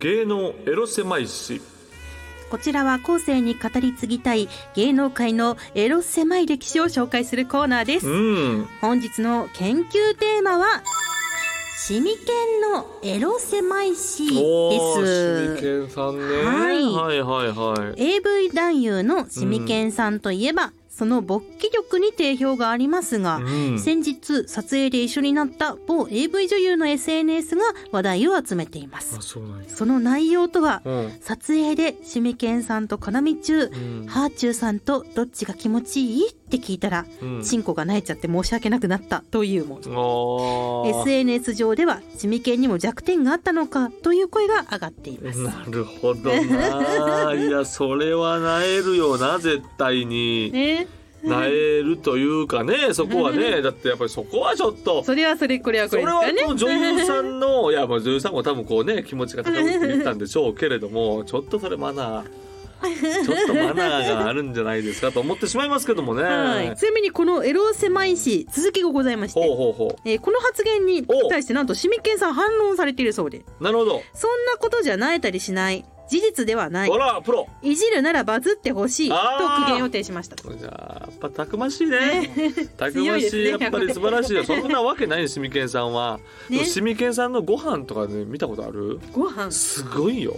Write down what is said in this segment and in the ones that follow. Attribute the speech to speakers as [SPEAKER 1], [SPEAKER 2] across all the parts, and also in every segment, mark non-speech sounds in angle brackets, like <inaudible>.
[SPEAKER 1] 芸能エロ狭いし
[SPEAKER 2] こちらは後世に語り継ぎたい芸能界のエロ狭い歴史を紹介するコーナーです
[SPEAKER 1] うん
[SPEAKER 2] 本日の研究テーマはシミケンのエロ狭いし
[SPEAKER 1] おー手
[SPEAKER 2] です
[SPEAKER 1] 裏剣さんね、
[SPEAKER 2] は
[SPEAKER 1] は
[SPEAKER 2] い
[SPEAKER 1] いはいはい
[SPEAKER 2] AV 男優のシミケンさんといえば、その勃起力に定評がありますが、
[SPEAKER 1] うん
[SPEAKER 2] 先日撮影で一緒になった某 AV 女優の SNS が話題を集めています
[SPEAKER 1] あそうなんや
[SPEAKER 2] その内容とは、
[SPEAKER 1] うん
[SPEAKER 2] 撮影でシミケンさんと絡み中、
[SPEAKER 1] うん
[SPEAKER 2] ハーチューさんとどっちが気持ちいいって聞いたら、
[SPEAKER 1] うん
[SPEAKER 2] チンコが泣いちゃって申し訳なくなったというもの
[SPEAKER 1] あー
[SPEAKER 2] SNS 上ではシミケンにも弱点があったのかという声が上がっています
[SPEAKER 1] なるほどないやそれはなえるよな絶対に、
[SPEAKER 2] ね
[SPEAKER 1] なえるというかねそこはねだってやっぱりそこはちょっと
[SPEAKER 2] それはそれこれは
[SPEAKER 1] そ
[SPEAKER 2] これ
[SPEAKER 1] れ
[SPEAKER 2] です
[SPEAKER 1] は
[SPEAKER 2] からね
[SPEAKER 1] もう女優さんの <laughs> いやまあ女優さんも多分こうね気持ちが高ぶって言ったんでしょうけれど
[SPEAKER 2] <laughs>
[SPEAKER 1] もちょっとそれマナーちょっとマナーがあるんじゃないですかと思ってしまいますけどもね。
[SPEAKER 2] はい、ちなみにこのエロ狭いし続きがございまし
[SPEAKER 1] ほう
[SPEAKER 2] て、
[SPEAKER 1] ほうほ
[SPEAKER 2] えーこの発言に対してなんとシミケンさん反論されているそうで
[SPEAKER 1] うなるほど。
[SPEAKER 2] そんなことじゃなえたりしない事実ではない
[SPEAKER 1] ほらプロ
[SPEAKER 2] いじるならバズってほしいと
[SPEAKER 1] あー
[SPEAKER 2] 苦言を呈しました
[SPEAKER 1] じゃあやっぱたくましいね。 <laughs> たく
[SPEAKER 2] 強
[SPEAKER 1] ま
[SPEAKER 2] いで
[SPEAKER 1] し
[SPEAKER 2] す
[SPEAKER 1] い
[SPEAKER 2] ね
[SPEAKER 1] やっぱり素晴らしいよ。そんなわけないよシミケンさんは。
[SPEAKER 2] ね
[SPEAKER 1] でもシミケンさんのご飯とかね見たことある？
[SPEAKER 2] ご飯
[SPEAKER 1] すごいよ。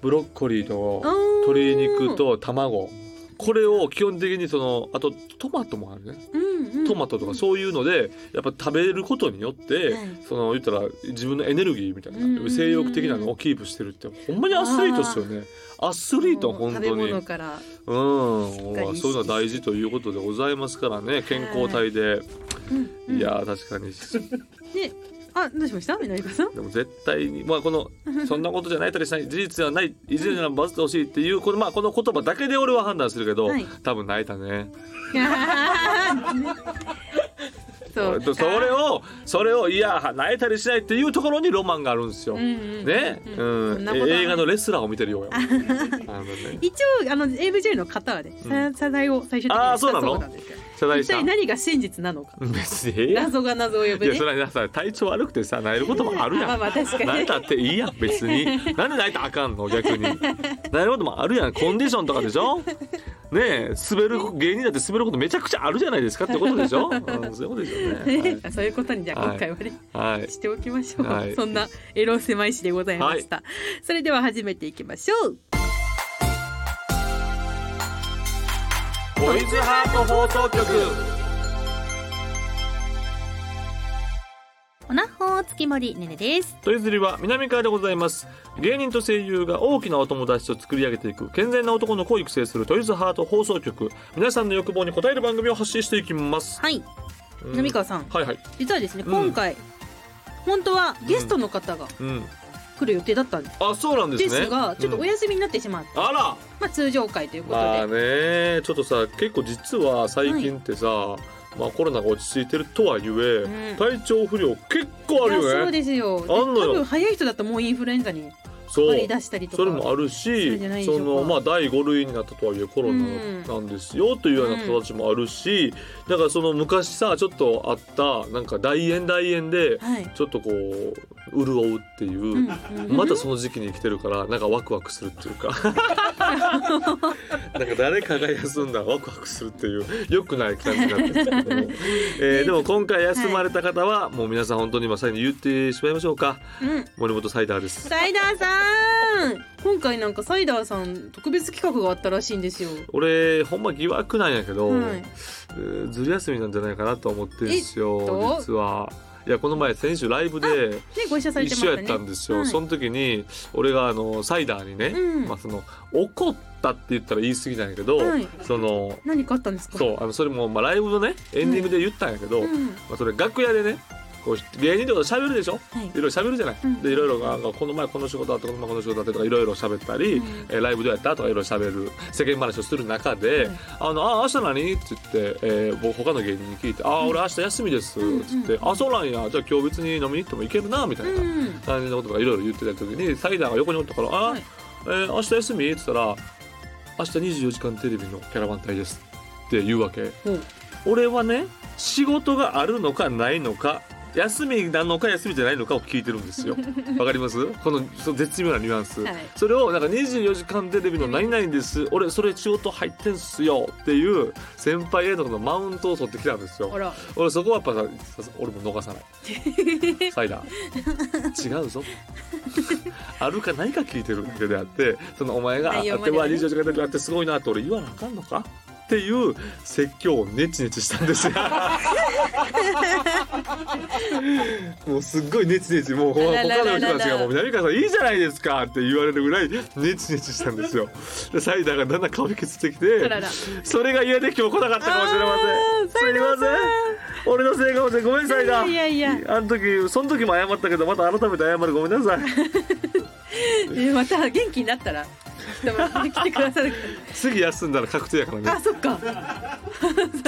[SPEAKER 1] ブロッコリーと
[SPEAKER 2] あー
[SPEAKER 1] 鶏肉と卵。これを基本的にそのあとトマトもあるね。
[SPEAKER 2] うんうん
[SPEAKER 1] トマトとかそういうのでやっぱ食べることによって、
[SPEAKER 2] はい
[SPEAKER 1] その言ったら自分のエネルギーみたいな、
[SPEAKER 2] うんうんうん
[SPEAKER 1] 性欲的なのをキープしてるってほんまにアスリートですよねアスリート本当に
[SPEAKER 2] 食べ
[SPEAKER 1] うん
[SPEAKER 2] 物から
[SPEAKER 1] そういう
[SPEAKER 2] っかり意識して
[SPEAKER 1] のは大事ということでございますからね健康体で、
[SPEAKER 2] うんうん
[SPEAKER 1] いやー確かに
[SPEAKER 2] ねあどうしました
[SPEAKER 1] <laughs>
[SPEAKER 2] 南川さん
[SPEAKER 1] でも絶対にまあこの
[SPEAKER 2] <laughs>
[SPEAKER 1] そんなことじゃないたりしない事実はないいずれならバズってほしいっていうこのまあこの言葉だけで俺は判断するけど、
[SPEAKER 2] はい
[SPEAKER 1] 多分泣いたね。
[SPEAKER 2] そう
[SPEAKER 1] それをそれをいや泣いたりしないっていうところにロマンがあるんですよ。
[SPEAKER 2] うんうん
[SPEAKER 1] ね、
[SPEAKER 2] うん
[SPEAKER 1] うん
[SPEAKER 2] そんなことは
[SPEAKER 1] 映画のレスラーを見てるようや。あのね、
[SPEAKER 2] 一応あの AVJ の方はね
[SPEAKER 1] うん
[SPEAKER 2] 謝罪を最終的に
[SPEAKER 1] あー
[SPEAKER 2] した
[SPEAKER 1] そうなの
[SPEAKER 2] なんですよ
[SPEAKER 1] 謝罪
[SPEAKER 2] 一
[SPEAKER 1] した
[SPEAKER 2] 体。何が真実なのか
[SPEAKER 1] 別にええやん。い
[SPEAKER 2] 謎が謎を呼ぶ
[SPEAKER 1] や
[SPEAKER 2] ね
[SPEAKER 1] それはさ体調悪くてさ泣えることもあるや
[SPEAKER 2] あまあまあ確か
[SPEAKER 1] ん。
[SPEAKER 2] に
[SPEAKER 1] 泣いたっていいやん別に。なんで泣いたらあかんの逆に。泣えることもあるやんコンディションとかでしょ。ねえ滑る芸人だって滑ることめちゃくちゃあるじゃないですかってことでしょ。うん、そういうことですよね。
[SPEAKER 2] そういうことにじ <laughs> ゃあ今回はね、
[SPEAKER 1] はい。はい
[SPEAKER 2] しておきましょう、
[SPEAKER 1] はい
[SPEAKER 2] そんなエロ狭いしでございました、それでは始めていきましょう
[SPEAKER 1] ボイズハート放送局。
[SPEAKER 2] おなほ月森ねねです
[SPEAKER 1] トイズリは南川でございます芸人と声優が大きなお友達と作り上げていく健全な男の子を育成するトイズハート放送局皆さんの欲望に応える番組を発信していきます、
[SPEAKER 2] はい
[SPEAKER 1] うん
[SPEAKER 2] 南川さん
[SPEAKER 1] はいはい
[SPEAKER 2] 実はですね
[SPEAKER 1] うん
[SPEAKER 2] 今回、本当はゲストの方が
[SPEAKER 1] うん
[SPEAKER 2] 来る予定だったんです,、
[SPEAKER 1] あそうなんですね
[SPEAKER 2] がちょっとお
[SPEAKER 1] うん
[SPEAKER 2] 休みになってしまって、
[SPEAKER 1] あら
[SPEAKER 2] まあ通常会ということで、
[SPEAKER 1] まあねちょっとさ結構実は最近ってさ、まあコロナが落ち着いてるとはいえ、
[SPEAKER 2] ん
[SPEAKER 1] 体調不良結構ある
[SPEAKER 2] いやそ
[SPEAKER 1] よ
[SPEAKER 2] う
[SPEAKER 1] ね
[SPEAKER 2] ですよ
[SPEAKER 1] あ
[SPEAKER 2] で多
[SPEAKER 1] んのよ
[SPEAKER 2] 分早い人だともうインフルエンザに
[SPEAKER 1] そ
[SPEAKER 2] 割り出したりとか
[SPEAKER 1] それもあるし
[SPEAKER 2] それじゃないでしょ
[SPEAKER 1] そう
[SPEAKER 2] か
[SPEAKER 1] のまあ第5類になったとはいえコロナなんですよというような形もあるし、だからその昔さちょっとあったなんか大円大円で
[SPEAKER 2] はい、
[SPEAKER 1] ちょっとこう潤うっていう。
[SPEAKER 2] うんうん
[SPEAKER 1] またその時期に来てるからなんかワクワクするって
[SPEAKER 2] <laughs>
[SPEAKER 1] いうかなんか誰かが休んだらワクワクするっていう良くない感じになってるんですけども、
[SPEAKER 2] <laughs>
[SPEAKER 1] えーでも今回休まれた方は、もう皆さん本当に今最後に言ってしまいましょうか
[SPEAKER 2] うん
[SPEAKER 1] 森本サイダーです
[SPEAKER 2] サイダーさん今回なんかサイダーさん特別企画があったらしいんですよ
[SPEAKER 1] 俺ほんま疑惑なんやけど、
[SPEAKER 2] はいう
[SPEAKER 1] ーずる休みなんじゃないかなと思ってるんです
[SPEAKER 2] えっと
[SPEAKER 1] よ実はいやこの前先週ライブで
[SPEAKER 2] ねご一緒されて
[SPEAKER 1] 一
[SPEAKER 2] ま
[SPEAKER 1] 緒やっ
[SPEAKER 2] したた
[SPEAKER 1] ん
[SPEAKER 2] ね
[SPEAKER 1] ですよ、
[SPEAKER 2] はい
[SPEAKER 1] その時に俺があのサイダーにね、
[SPEAKER 2] うん
[SPEAKER 1] まあ、その怒ったって言ったら言い過ぎなんやけど、
[SPEAKER 2] はい
[SPEAKER 1] その
[SPEAKER 2] 何かあったんですか
[SPEAKER 1] そうあのそれもまあライブのねエンディングで言ったんやけど、
[SPEAKER 2] うん
[SPEAKER 1] まあ、それ楽屋でねこう芸人とかと喋るでしょ
[SPEAKER 2] はい
[SPEAKER 1] いろいろ喋るじゃない、
[SPEAKER 2] うん
[SPEAKER 1] でいろいろなんかこの前この仕事あってこの前この仕事あってとかいろいろ喋ったり、
[SPEAKER 2] うん
[SPEAKER 1] えーライブどうやったとかいろいろ喋る世間話をする中で「
[SPEAKER 2] うん
[SPEAKER 1] あのあ明日何?」って言って、えー僕他の芸人に聞いて「あ俺明日休みです」って言って「
[SPEAKER 2] うん
[SPEAKER 1] あそうなんやじゃあ今日別に飲みに行っても行けるな」みたいな。
[SPEAKER 2] うん
[SPEAKER 1] 感じのこととかいろいろ言ってた時にサイダーが横におったから「あ、
[SPEAKER 2] はい
[SPEAKER 1] えー明日休み?」って言ったら「明日24時間テレビのキャラバン隊です」って言うわけ
[SPEAKER 2] ほう
[SPEAKER 1] 俺はね仕事があるのかないのか休みなのか休みじゃないのかを聞いてるんで
[SPEAKER 3] <laughs>
[SPEAKER 1] すよわかりますこのその絶妙なニュアンス、
[SPEAKER 3] はい
[SPEAKER 1] それをなんか24時間テレビの何々です俺それ仕事入ってんすよっていう先輩へのこのマウントを取ってきたんですよ
[SPEAKER 3] あら
[SPEAKER 1] 俺そこはやっぱささ俺も逃さな
[SPEAKER 3] <laughs>
[SPEAKER 1] いサイダー違うぞあるかないか聞いてるだけであってそのお前があっ
[SPEAKER 3] 内
[SPEAKER 1] て
[SPEAKER 3] 容
[SPEAKER 1] は
[SPEAKER 3] までね
[SPEAKER 1] 24時間だけあってすごいなって俺言わなあかんのかっていう説教をネチネチしたんで
[SPEAKER 3] <laughs>
[SPEAKER 1] すよもうすっごいネチネチもうほ
[SPEAKER 3] あ
[SPEAKER 1] 他
[SPEAKER 3] らららら
[SPEAKER 1] の人たちが「もう南川さんいいじゃないですか」って言われるぐらいネチネチしたんですよでサイダーがだんだん顔引きつってきて
[SPEAKER 3] あらら
[SPEAKER 1] それが嫌で今日来なかったかもしれませんすいません俺のせいかもしれんごめんサイダー
[SPEAKER 3] いやいやい
[SPEAKER 1] あの時その時も謝ったけどまた改めて謝るごめん
[SPEAKER 3] <laughs>
[SPEAKER 1] なさい
[SPEAKER 3] えまた元気になったらでも来てくださる
[SPEAKER 1] 次休んだら確定やから
[SPEAKER 3] <laughs> あ
[SPEAKER 1] ね
[SPEAKER 3] そっか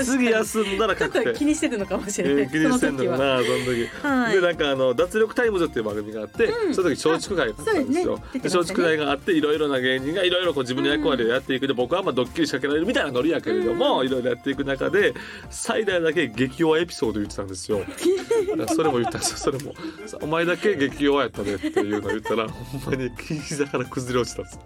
[SPEAKER 1] 次休んだら
[SPEAKER 3] ちょっ
[SPEAKER 1] 確定
[SPEAKER 3] と気にしてるのかもし
[SPEAKER 1] え
[SPEAKER 3] れない、
[SPEAKER 1] ー気にしてん
[SPEAKER 3] その
[SPEAKER 1] のか
[SPEAKER 3] 時は
[SPEAKER 1] なその時
[SPEAKER 2] はい
[SPEAKER 1] でなんかあの脱力タイムズっていう番組があって、その時松竹会だった
[SPEAKER 3] あ
[SPEAKER 1] んですよ
[SPEAKER 3] そうですね
[SPEAKER 1] で
[SPEAKER 3] 出てましたね
[SPEAKER 1] 松竹会があっていろいろな芸人がいろいろこう自分の役割をやっていくで、僕はまあドッキリ仕掛けられるみたいなノリやけれどもいろいろやっていく中で最大だけ激弱エピソード言ってた
[SPEAKER 3] <laughs>
[SPEAKER 1] んですよだからそれも言ったんですよそれも「お前だけ激弱やったね」っていうのを言ったらほんまに膝から崩れ落ちたんです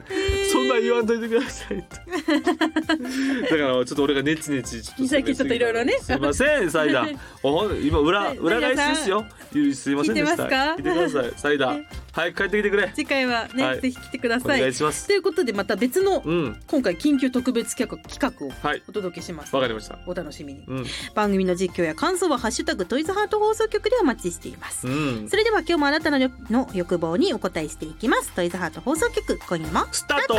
[SPEAKER 1] そんなん言わんといてくださいって。
[SPEAKER 3] <laughs>
[SPEAKER 1] だからちょっと俺がネチネチちょっと攻めすぎた
[SPEAKER 3] ちょっといろいろね
[SPEAKER 1] すいませんサイ
[SPEAKER 3] <laughs>
[SPEAKER 1] ダー。おほん今裏
[SPEAKER 3] はい
[SPEAKER 1] 裏返しですよ。ゆいすいませんでした。
[SPEAKER 3] 聞いてますか
[SPEAKER 1] 聞いてくだ
[SPEAKER 3] <laughs>
[SPEAKER 1] さいサイダー。早く帰ってきてくれ。
[SPEAKER 3] 次回はね、
[SPEAKER 1] はい
[SPEAKER 3] ぜひ来てくだ
[SPEAKER 1] お
[SPEAKER 3] さい
[SPEAKER 1] 願いします。
[SPEAKER 3] ということでまた別の
[SPEAKER 1] うん
[SPEAKER 3] 今回緊急特別企画企画を
[SPEAKER 1] はい
[SPEAKER 3] お届けします、
[SPEAKER 1] わかりました。
[SPEAKER 3] お楽しみに
[SPEAKER 1] うん
[SPEAKER 2] 番組の実況や感想はハッシュタグトイズハート放送局でお待ちしています
[SPEAKER 1] うん
[SPEAKER 2] そ。れでは今日もあなたのりょの欲望にお答えしていきますトイズハート放送局今夜も
[SPEAKER 1] スタート。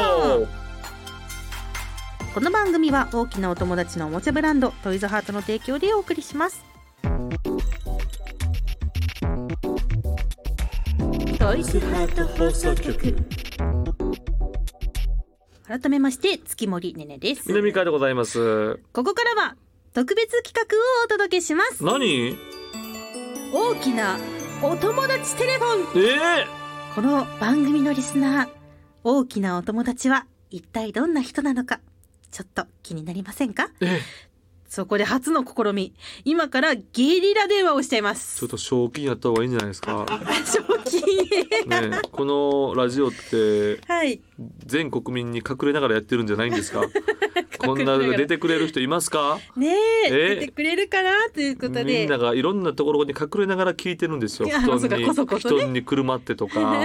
[SPEAKER 2] この番組は大きなお友達のおもちゃブランドトイズハートの提供でお送りしますトイズハート放送局改めまして月森ねねです
[SPEAKER 1] 南川でございます。
[SPEAKER 2] ここからは特別企画をお届けします
[SPEAKER 1] 何？
[SPEAKER 2] 大きなお友達テレフォン
[SPEAKER 1] ええ
[SPEAKER 2] この番組のリスナー大きなお友達は一体どんな人なのかちょっと気になりませんか
[SPEAKER 1] え
[SPEAKER 2] そこで初の試み今からゲリラ電話をしちゃいます
[SPEAKER 3] <laughs>
[SPEAKER 1] ちょっと正気になった方がいいんじゃないですか。
[SPEAKER 2] 賞金
[SPEAKER 1] ねえこのラジオって
[SPEAKER 3] はい
[SPEAKER 1] 全国民に隠れながらやってるんじゃないんで
[SPEAKER 3] <laughs>
[SPEAKER 1] すか。こんな
[SPEAKER 3] 隠れがら
[SPEAKER 1] 出てくれる人いますか。
[SPEAKER 3] <laughs> ねえ
[SPEAKER 1] え
[SPEAKER 3] 出てくれるかなということで
[SPEAKER 1] みんながいろんなところに隠れながら聞いてるんですよ
[SPEAKER 3] いやあ
[SPEAKER 1] 布
[SPEAKER 3] そうか
[SPEAKER 1] 団に
[SPEAKER 3] こそこそね
[SPEAKER 1] 布団に車って
[SPEAKER 3] <laughs>
[SPEAKER 1] とか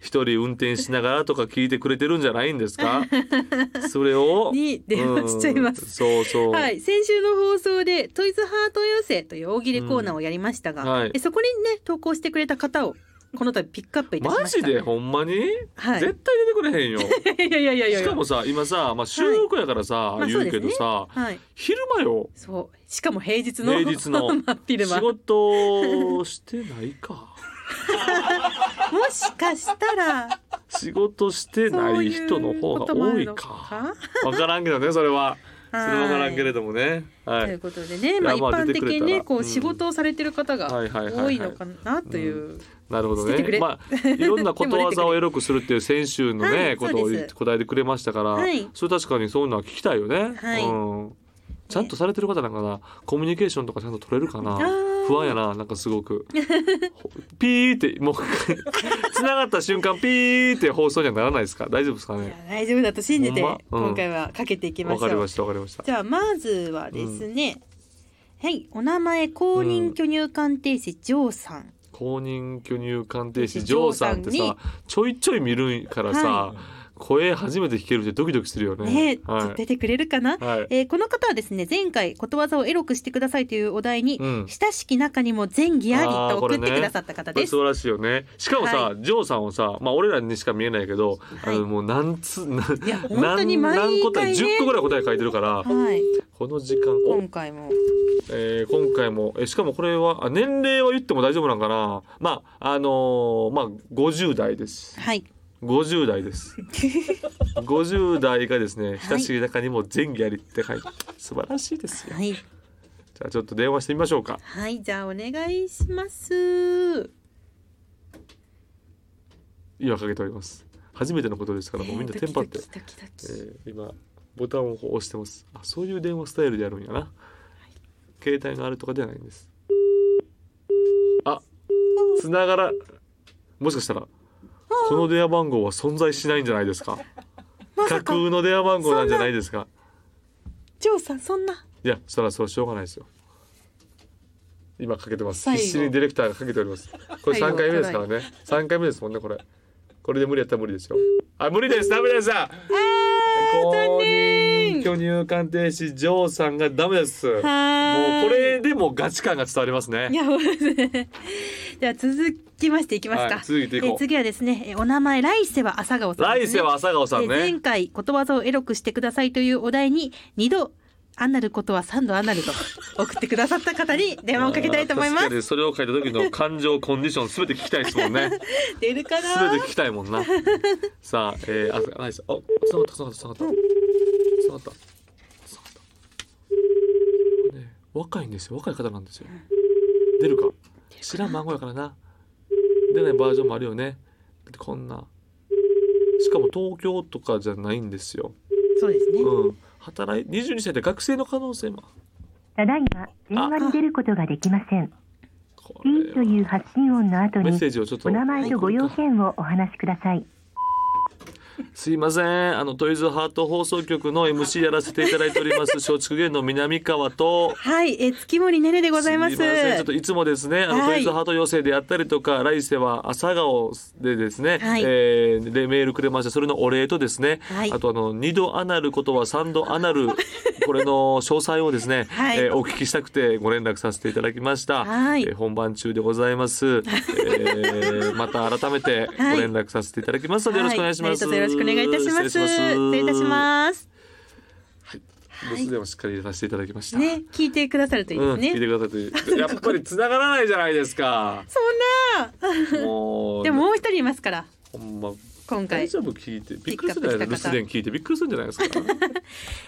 [SPEAKER 1] 一人運転しながらとか聞いてくれてるんじゃないんです
[SPEAKER 3] <laughs>
[SPEAKER 1] かそれを
[SPEAKER 3] に電話しちゃいます
[SPEAKER 1] うんそうそう、
[SPEAKER 3] はい、先週の放送で「トイズハート寄せ」という大喜利コーナーをやりましたが、
[SPEAKER 1] うんはい
[SPEAKER 3] えそこにね投稿してくれた方をこの度ピックアップいたし
[SPEAKER 1] マ
[SPEAKER 3] ました
[SPEAKER 1] ジでほんまに、
[SPEAKER 3] はい
[SPEAKER 1] 絶対出てくれへん
[SPEAKER 3] <laughs>
[SPEAKER 1] よ
[SPEAKER 3] いやいやいやいや
[SPEAKER 1] しかもさ今さ、まあ、収録やからさ、
[SPEAKER 3] まあ
[SPEAKER 1] 言うけどさ、
[SPEAKER 3] はい
[SPEAKER 1] 昼間よ
[SPEAKER 3] そうしかも平日の
[SPEAKER 1] 平日の
[SPEAKER 3] <laughs> 真っ昼間
[SPEAKER 1] 仕
[SPEAKER 3] も
[SPEAKER 1] 事してない
[SPEAKER 3] <laughs>
[SPEAKER 1] か
[SPEAKER 3] しかしたら
[SPEAKER 1] 仕事してない人の方が多いかわからんけどねそれ
[SPEAKER 3] <laughs>
[SPEAKER 1] は。 <laughs> それはわからんけれどもね。は
[SPEAKER 3] とい。
[SPEAKER 1] いう
[SPEAKER 3] ことでね、
[SPEAKER 1] い
[SPEAKER 3] まあ、
[SPEAKER 1] や
[SPEAKER 3] 一
[SPEAKER 1] まあ
[SPEAKER 3] 般的に
[SPEAKER 1] 出てくれた
[SPEAKER 3] ね
[SPEAKER 1] ら
[SPEAKER 3] こ
[SPEAKER 1] う
[SPEAKER 3] うん仕事をされてる方が
[SPEAKER 1] はいはいはいはい
[SPEAKER 3] 多いのかなという
[SPEAKER 1] なるほど
[SPEAKER 3] 捨ててく
[SPEAKER 1] ね。
[SPEAKER 3] れ
[SPEAKER 1] まあ、いろんなことわ
[SPEAKER 3] でも出て
[SPEAKER 1] ざ
[SPEAKER 3] く
[SPEAKER 1] を
[SPEAKER 3] れ
[SPEAKER 1] エロくするっていう先週
[SPEAKER 3] <laughs>
[SPEAKER 1] の
[SPEAKER 3] は
[SPEAKER 1] ね、
[SPEAKER 3] い
[SPEAKER 1] ことを
[SPEAKER 3] そうです
[SPEAKER 1] 答えてくれましたから、
[SPEAKER 3] はい
[SPEAKER 1] それ確かにそういうのは聞きたいよね。
[SPEAKER 3] はい
[SPEAKER 1] うん。ちゃんとされてる方なんかな、コミュニケーションとかちゃんと取れるかな
[SPEAKER 3] ー。
[SPEAKER 1] 不安やな、なんかすごく。ほピーって、もう、 <laughs> 繋がった瞬間、ピーって放送にはならないですか大丈夫ですか
[SPEAKER 3] いや
[SPEAKER 1] ね
[SPEAKER 3] 大丈夫だと信じて、
[SPEAKER 1] ほんまうん
[SPEAKER 3] 今回はかけていきま
[SPEAKER 1] わ
[SPEAKER 3] しょ
[SPEAKER 1] かりま
[SPEAKER 3] う
[SPEAKER 1] した、わかりました。
[SPEAKER 3] じゃあまずはですね、
[SPEAKER 2] はいお名前公認巨乳鑑定士ジョーさん、
[SPEAKER 1] 公認巨乳鑑定士ジョーさんって
[SPEAKER 3] ジョーさ
[SPEAKER 1] さちょいちょい見るからさ、
[SPEAKER 2] は
[SPEAKER 1] 声初めて弾けるってドキドキするよね。
[SPEAKER 2] ねちょっと
[SPEAKER 1] は
[SPEAKER 2] 出てくれるかな、
[SPEAKER 1] い、はい
[SPEAKER 2] えーこの方はですね前回ことわざをエロくしてくださいというお題に、
[SPEAKER 1] うん
[SPEAKER 2] 親しき中にも善義あり
[SPEAKER 1] あー
[SPEAKER 2] と
[SPEAKER 1] こ
[SPEAKER 2] 送
[SPEAKER 1] れ
[SPEAKER 2] っ
[SPEAKER 1] ね
[SPEAKER 2] てくださった方
[SPEAKER 1] これ
[SPEAKER 2] です。
[SPEAKER 1] 素晴らしいよねしかもさ、
[SPEAKER 3] は
[SPEAKER 1] ジョーさんはさ、まあ、俺らにしか見えないけど、
[SPEAKER 3] はい
[SPEAKER 1] あのもう何つない
[SPEAKER 3] や本当に
[SPEAKER 1] 何
[SPEAKER 3] 毎回ね
[SPEAKER 1] 何答え10個ぐらい答え書いてるから
[SPEAKER 3] はい
[SPEAKER 1] この時間お
[SPEAKER 3] 今回も
[SPEAKER 1] えー今回も、えーしかもこれはあ年齢は言っても大丈夫なんかなまああのーまあ50代です
[SPEAKER 2] はい、
[SPEAKER 1] 50
[SPEAKER 3] <laughs>
[SPEAKER 1] 代です。50代がですね、親しい中にも前儀ありって書いて、素晴らしいですよ。
[SPEAKER 2] は
[SPEAKER 1] じ
[SPEAKER 2] い、
[SPEAKER 1] ゃあちょっと電話してみましょうか。
[SPEAKER 3] はいじゃあお願いします
[SPEAKER 1] 今かけております。初めてのことですから、もうみんなテンパって、
[SPEAKER 3] ドキドキ
[SPEAKER 1] え
[SPEAKER 3] ドキドキ
[SPEAKER 1] ー今ボタンを押してます。あ、そういう電話スタイルでやるんやな。携帯があるとかではないんです。あ、つながらもしかしたらこの電話番号は存在しないんじゃな
[SPEAKER 3] <laughs>
[SPEAKER 1] いですか
[SPEAKER 2] ま
[SPEAKER 1] 架
[SPEAKER 2] さか
[SPEAKER 1] 空の電話番号なんじゃないですか
[SPEAKER 2] ジョーさんそんない
[SPEAKER 1] やそしたらそうしょうがないですよ今かけてます
[SPEAKER 3] 最後
[SPEAKER 1] 必死にディレクターがかけておりますこれ
[SPEAKER 3] 最
[SPEAKER 1] 3
[SPEAKER 3] 後
[SPEAKER 1] 回目ですからね3回目ですもんねこれこれで無理やったら無理ですよあ無理ですダメですあ公認巨乳鑑定士ジョーさんがダメですもう
[SPEAKER 3] はーい
[SPEAKER 1] これでもガチ感が伝わりますね
[SPEAKER 3] いや、ほら
[SPEAKER 2] <laughs>
[SPEAKER 3] ね。じゃあ続きましていきますか。
[SPEAKER 1] はい続いていこう
[SPEAKER 2] えー次はですねえーお名前来世は朝顔さん
[SPEAKER 1] 来
[SPEAKER 2] ですね
[SPEAKER 1] 世は朝顔さん
[SPEAKER 2] えー前
[SPEAKER 1] ね
[SPEAKER 2] 回ことわざをエロくしてくださいというお題に2度アナルことは3度アナ
[SPEAKER 1] <laughs>
[SPEAKER 2] ルと送ってくださった方に電話をかけたいと思いま
[SPEAKER 1] あー確
[SPEAKER 2] す
[SPEAKER 1] かにそれを書いた時の感情コンディションすべて聞きたいですもんね
[SPEAKER 3] 出るか
[SPEAKER 1] すべ
[SPEAKER 3] な
[SPEAKER 1] て聞きたいもん
[SPEAKER 4] <laughs>
[SPEAKER 1] な。さあ、えー、あ、ナイス。あ、つながった、つながった、つながった。つながった。つながった。ね、若いんですよ。若い方なんですよ。出るか。知らん孫やからな。出ないバージョンもあるよね。だってこんな。しかも東京とかじゃないんですよ。
[SPEAKER 2] そうですね
[SPEAKER 1] うん。働い、22歳で学生の可能性も。
[SPEAKER 4] ただいま電話に出ることができません。
[SPEAKER 1] こ
[SPEAKER 4] ピーと
[SPEAKER 1] れは
[SPEAKER 4] いう発信音の後
[SPEAKER 1] メ
[SPEAKER 4] に
[SPEAKER 1] ッセージをちょっと。
[SPEAKER 4] お名前とご用件をお話しください。
[SPEAKER 1] すいませんあのトイズハート放送局の MC やらせていただいております松竹芸能南川と
[SPEAKER 2] はい、えー月森ねねでございます。
[SPEAKER 1] すいませんちょっといつもですねあの、
[SPEAKER 2] はい
[SPEAKER 1] トイズハート寄せであったりとか来世は朝顔でですね、
[SPEAKER 2] はい
[SPEAKER 1] えーでメールくれましたそれのお礼とですね、
[SPEAKER 2] はい
[SPEAKER 1] あとあの二度アナルことは三度アナ
[SPEAKER 2] <laughs>
[SPEAKER 1] ルこれの詳細をですね、
[SPEAKER 2] はい
[SPEAKER 1] えーお聞きしたくてご連絡させていただきました、
[SPEAKER 2] はい
[SPEAKER 1] えー本番中でござい
[SPEAKER 2] <laughs>
[SPEAKER 1] ます、えーまた改めてご連絡させていただきますので、よろしくお願いします、
[SPEAKER 2] はい、何卒よろしくお願いいたします。失礼いたします。
[SPEAKER 1] 留守電をしっかり入れさせていただきました。
[SPEAKER 2] ね、聞いてくださるといい
[SPEAKER 1] うん、
[SPEAKER 2] ですね。
[SPEAKER 1] 聞いてくださいという。やっぱり繋がらないじゃないですか。
[SPEAKER 2] そんな、
[SPEAKER 1] もう、
[SPEAKER 2] でももう一人いますから、
[SPEAKER 1] ほんま、
[SPEAKER 2] 今
[SPEAKER 1] 大
[SPEAKER 2] 回。
[SPEAKER 1] 丈夫聞いて、びっくりするじゃないですか。留
[SPEAKER 3] ピ
[SPEAKER 1] 守電聞いてびっくりするんじゃないですか。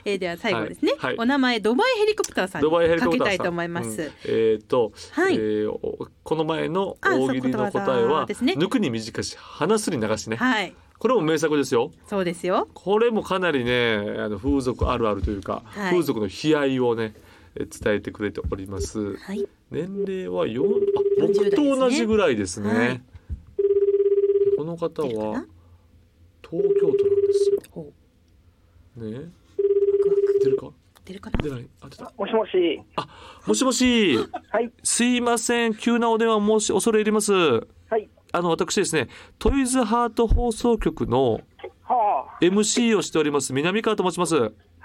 [SPEAKER 2] えー、では最後ですね、
[SPEAKER 1] はいはい
[SPEAKER 2] お名前ドバイヘリコプターさん
[SPEAKER 1] ドバイヘリ
[SPEAKER 2] にか
[SPEAKER 1] コプタ
[SPEAKER 2] け
[SPEAKER 1] ー
[SPEAKER 2] た
[SPEAKER 1] さん。
[SPEAKER 2] いと思います。
[SPEAKER 1] うんえーっと、
[SPEAKER 2] はい
[SPEAKER 1] えーおこの前の
[SPEAKER 2] あそう
[SPEAKER 1] 大喜利の答え
[SPEAKER 2] ことわざ
[SPEAKER 1] は、
[SPEAKER 2] ですね
[SPEAKER 1] 抜くに短し、話すに流しね。
[SPEAKER 2] はい、
[SPEAKER 1] これも名作ですよ。
[SPEAKER 2] そうですよ。
[SPEAKER 1] これもかなりねあの風俗あるあるというか、
[SPEAKER 2] はい
[SPEAKER 1] 風俗の悲哀をねえ伝えてくれております。
[SPEAKER 2] はい、
[SPEAKER 1] 年齢は4あ
[SPEAKER 2] 40代
[SPEAKER 1] 僕
[SPEAKER 2] ですね
[SPEAKER 1] と同じぐらいですね、
[SPEAKER 2] はい
[SPEAKER 1] この方
[SPEAKER 2] 出るか
[SPEAKER 1] は
[SPEAKER 2] な
[SPEAKER 1] 東京都なんですよ
[SPEAKER 2] ほ
[SPEAKER 1] ね
[SPEAKER 2] う、ワクワク
[SPEAKER 1] 出るか
[SPEAKER 2] 出るかな。
[SPEAKER 1] 出ないあ出た
[SPEAKER 5] もしもし。
[SPEAKER 1] もしもし
[SPEAKER 5] はい。
[SPEAKER 1] すいません急なお電話もし恐れ入ります
[SPEAKER 5] はい。
[SPEAKER 1] あの私ですねトイズハート放送局の
[SPEAKER 5] は
[SPEAKER 1] MC をしております南川と申します
[SPEAKER 5] あ。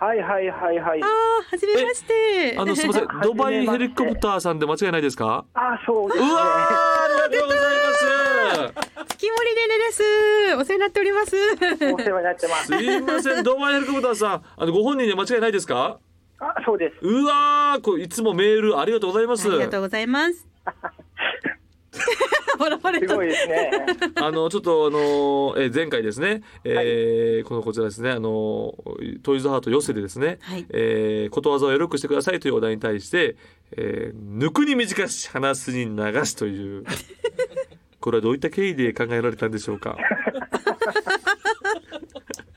[SPEAKER 5] はいはいはいはい。
[SPEAKER 2] あ、初めまして。
[SPEAKER 1] あのすいま
[SPEAKER 5] <laughs>
[SPEAKER 1] せんドバイヘリコプターさんで間違いないですか
[SPEAKER 5] あー、そうです
[SPEAKER 1] う
[SPEAKER 5] ね。
[SPEAKER 1] わーありがとうございます
[SPEAKER 2] <laughs> 月森ねねです。お世話になっております。
[SPEAKER 5] お世話になってます。
[SPEAKER 1] すいません、ドバイヘリコプターさん、あのご本人で間違いないですか。
[SPEAKER 5] あ、そうです。
[SPEAKER 1] うわー、これいつもメールありがとうございます
[SPEAKER 2] あ。りがとうござ
[SPEAKER 1] <laughs>
[SPEAKER 2] います。笑われ
[SPEAKER 5] す
[SPEAKER 2] た
[SPEAKER 5] ごいですね。
[SPEAKER 1] <laughs> あのちょっとあのーえー前回ですね、えーこのこちらですね、あのートイズハート寄せでですね、
[SPEAKER 2] はい
[SPEAKER 1] えーことわざをよろくしてくださいというお題に対して、えー抜くに短し話すに流しと
[SPEAKER 2] <laughs>
[SPEAKER 1] いう。これはどういった経緯で考えられたんでしょうか。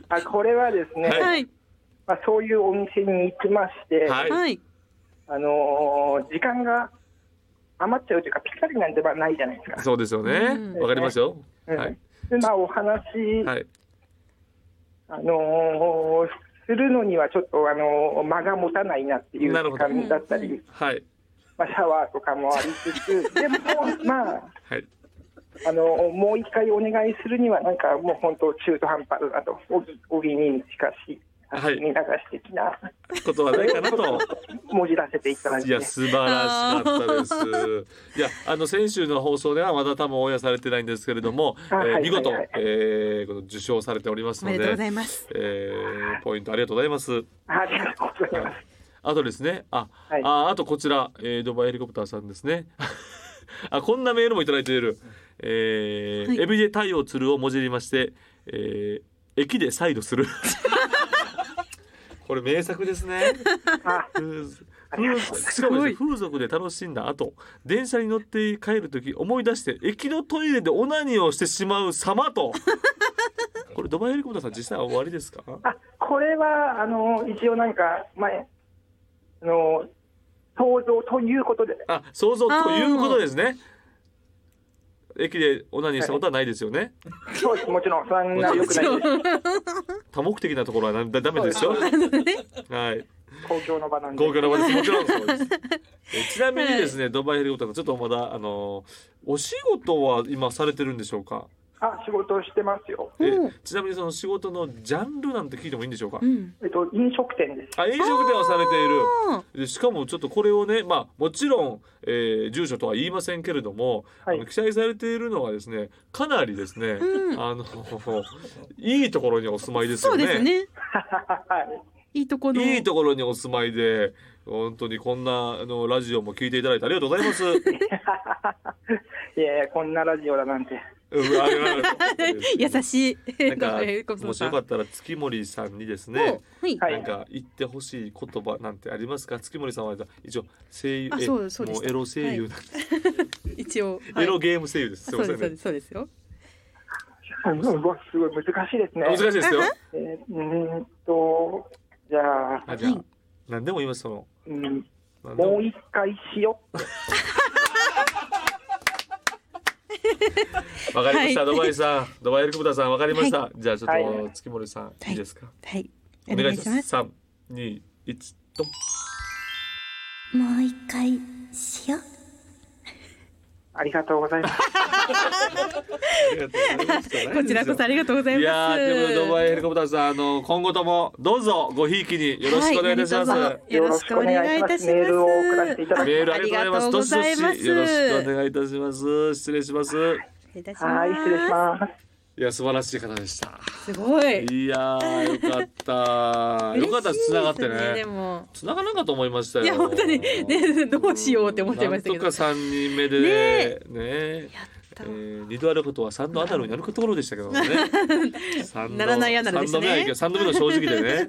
[SPEAKER 5] あ、これはですね、
[SPEAKER 1] は
[SPEAKER 2] はい、
[SPEAKER 5] まあ、そういうお店に行きまして、
[SPEAKER 1] はい
[SPEAKER 2] はい、
[SPEAKER 5] あのー時間が余っちゃうというか、ぴったりなんてばないじゃないですか。
[SPEAKER 1] そうですよね
[SPEAKER 2] うん。
[SPEAKER 1] わかりますよ。
[SPEAKER 5] うん
[SPEAKER 1] はい。
[SPEAKER 5] で、まあ、お話、
[SPEAKER 1] はい。
[SPEAKER 5] あのーするのにはちょっと、あのー間が持たないなっていう
[SPEAKER 1] なるほ
[SPEAKER 5] 時
[SPEAKER 1] ど
[SPEAKER 5] 間だった
[SPEAKER 2] うん
[SPEAKER 5] り、
[SPEAKER 1] はい。
[SPEAKER 5] まあ、シャワーとかもありつ
[SPEAKER 1] <laughs>
[SPEAKER 5] つ、でも、まあ、
[SPEAKER 1] はい。
[SPEAKER 5] あのもう一回お願いするには、なんかもう本当、中途半端だと、おぎおぎに近しい、
[SPEAKER 1] はい
[SPEAKER 5] 見流し的な、
[SPEAKER 1] ことはないかなと。
[SPEAKER 5] <laughs> もじらせていただい
[SPEAKER 1] い
[SPEAKER 5] て
[SPEAKER 1] や、素晴らしかったです。
[SPEAKER 5] <laughs>
[SPEAKER 1] いや、あの先週の放送ではまだ多分オンエアされてないんですけれども、え
[SPEAKER 5] あはいは
[SPEAKER 1] ー
[SPEAKER 5] い
[SPEAKER 1] 見事、
[SPEAKER 5] はい
[SPEAKER 1] えーこの受賞されております
[SPEAKER 2] お
[SPEAKER 1] の
[SPEAKER 2] めでとうござ
[SPEAKER 1] で、
[SPEAKER 2] います。
[SPEAKER 1] えーポイントありがとうございます。
[SPEAKER 5] ありがとうございます。
[SPEAKER 1] あとですね、あ、
[SPEAKER 5] はい
[SPEAKER 1] あ、あとこちら、えードバイヘリコプターさんですね。 <laughs> あ、こんなメールもいただいている。えー
[SPEAKER 2] はい
[SPEAKER 1] エビで太陽つるをもじりまして、えー駅で再度する。これ名作ですね。
[SPEAKER 5] あ
[SPEAKER 1] 風俗しかもですね風俗で楽しんだ後電車に乗って帰る時思い出して駅のトイレでオナニーをしてしまう様と
[SPEAKER 5] <laughs>
[SPEAKER 1] これドバイヘリコプターさん実際は終わりですか
[SPEAKER 5] あこれはあの一応、なんか前、あの
[SPEAKER 1] <laughs>
[SPEAKER 5] 想像ということで、
[SPEAKER 1] あ想像ということですね駅でオナニーしたことはないですよね。
[SPEAKER 5] そうですもちろんそんな良くないです
[SPEAKER 1] 多目的なところはなだダメですよ。 <laughs> はい。
[SPEAKER 5] 公共の場なんで
[SPEAKER 1] 豪華な場です。もちろんそう <laughs> です。えちなみにですね、ドバイヘリコプターのちょっとまだあのお仕事は今されてるんでしょうか。
[SPEAKER 5] あ仕事をしてますよ
[SPEAKER 1] え
[SPEAKER 2] うん
[SPEAKER 1] ちなみにその仕事のジャンルなんて聞いてもいいんでしょうか。
[SPEAKER 2] うん。
[SPEAKER 5] えっと飲食店です
[SPEAKER 1] あ、飲食店をされている。
[SPEAKER 2] あ
[SPEAKER 1] でしかもちょっとこれをね、まあ、もちろん、えー住所とは言いませんけれども、
[SPEAKER 5] はい
[SPEAKER 1] あの記載されているのはですねかなりですね、
[SPEAKER 2] うん
[SPEAKER 1] あの <laughs> いいところにお住まいです
[SPEAKER 2] そ
[SPEAKER 1] よ
[SPEAKER 2] う
[SPEAKER 1] ね
[SPEAKER 2] ですね。
[SPEAKER 5] <laughs> はい
[SPEAKER 2] いいとこの。
[SPEAKER 1] いいところにお住まいで本当にこんなあのラジオも聞いていただいてありがとうございますうん
[SPEAKER 5] いやいやこんなラジオだなんて
[SPEAKER 1] ありがとうございます
[SPEAKER 2] <laughs> 優しい。
[SPEAKER 1] なんか
[SPEAKER 3] えこそさん
[SPEAKER 1] もしよかったら月森さんにですね
[SPEAKER 2] おはい。
[SPEAKER 5] はい
[SPEAKER 1] なんか言ってほしい言葉なんてありますか月森さんは一応声優
[SPEAKER 3] あ
[SPEAKER 1] え
[SPEAKER 3] そうそうで
[SPEAKER 1] も
[SPEAKER 3] し
[SPEAKER 1] う
[SPEAKER 3] た
[SPEAKER 1] エロ声優なんで、
[SPEAKER 3] 一応、
[SPEAKER 1] エロゲーム声優ですすい
[SPEAKER 3] そ
[SPEAKER 1] ま
[SPEAKER 3] う
[SPEAKER 1] せ
[SPEAKER 3] で
[SPEAKER 1] ん
[SPEAKER 3] すそう
[SPEAKER 1] ね
[SPEAKER 3] ですそうですよ
[SPEAKER 5] うんうわすごい難しいですね
[SPEAKER 1] 難しいですよ
[SPEAKER 5] えーうーんとじゃあ
[SPEAKER 1] あじゃあ、何でも言いますその
[SPEAKER 5] うん
[SPEAKER 1] 何で
[SPEAKER 5] も
[SPEAKER 1] も
[SPEAKER 5] う一回しよう
[SPEAKER 1] わかりました、
[SPEAKER 2] はい
[SPEAKER 1] ドバイさんドバイエルクブタさんわかりました、じゃあちょっと、
[SPEAKER 5] は
[SPEAKER 1] 月森さん
[SPEAKER 2] い
[SPEAKER 1] いいですか、
[SPEAKER 2] はい。
[SPEAKER 1] お願いします。三二一ドン
[SPEAKER 2] もう一回しよう。
[SPEAKER 5] ありがとうございます
[SPEAKER 1] ありがとうございます
[SPEAKER 3] こちらこそありがとうございます
[SPEAKER 1] いやーということでドバイヘリコプターさんあの今後ともどうぞごひいきによろしくお願いいたします、
[SPEAKER 2] はい何卒よろしくお願いいたします
[SPEAKER 5] よろしくお願いしますメールを送らせていただき
[SPEAKER 1] メールありがとうございます
[SPEAKER 3] ありがとうございます
[SPEAKER 1] どしどしよろしくお願いいたします失礼します
[SPEAKER 2] 失礼いたします。
[SPEAKER 5] はい失礼します
[SPEAKER 1] いや素晴らしい方でした
[SPEAKER 3] すごい
[SPEAKER 1] いやーよかったよかったつながって
[SPEAKER 3] 嬉しいです
[SPEAKER 1] ね
[SPEAKER 3] でも
[SPEAKER 1] 繋がらんかと思いましたよ。
[SPEAKER 3] いや本当にねどうしようって思っちゃいましたけど
[SPEAKER 1] なんとか三人目でねね
[SPEAKER 3] やった
[SPEAKER 1] えー二度あることは三度あたるになるところでしたけどもね。三
[SPEAKER 3] <laughs>
[SPEAKER 1] 度
[SPEAKER 3] ならないあならでしたね
[SPEAKER 1] 三度目はいいけど三度目の正直で
[SPEAKER 3] <laughs>
[SPEAKER 1] ね。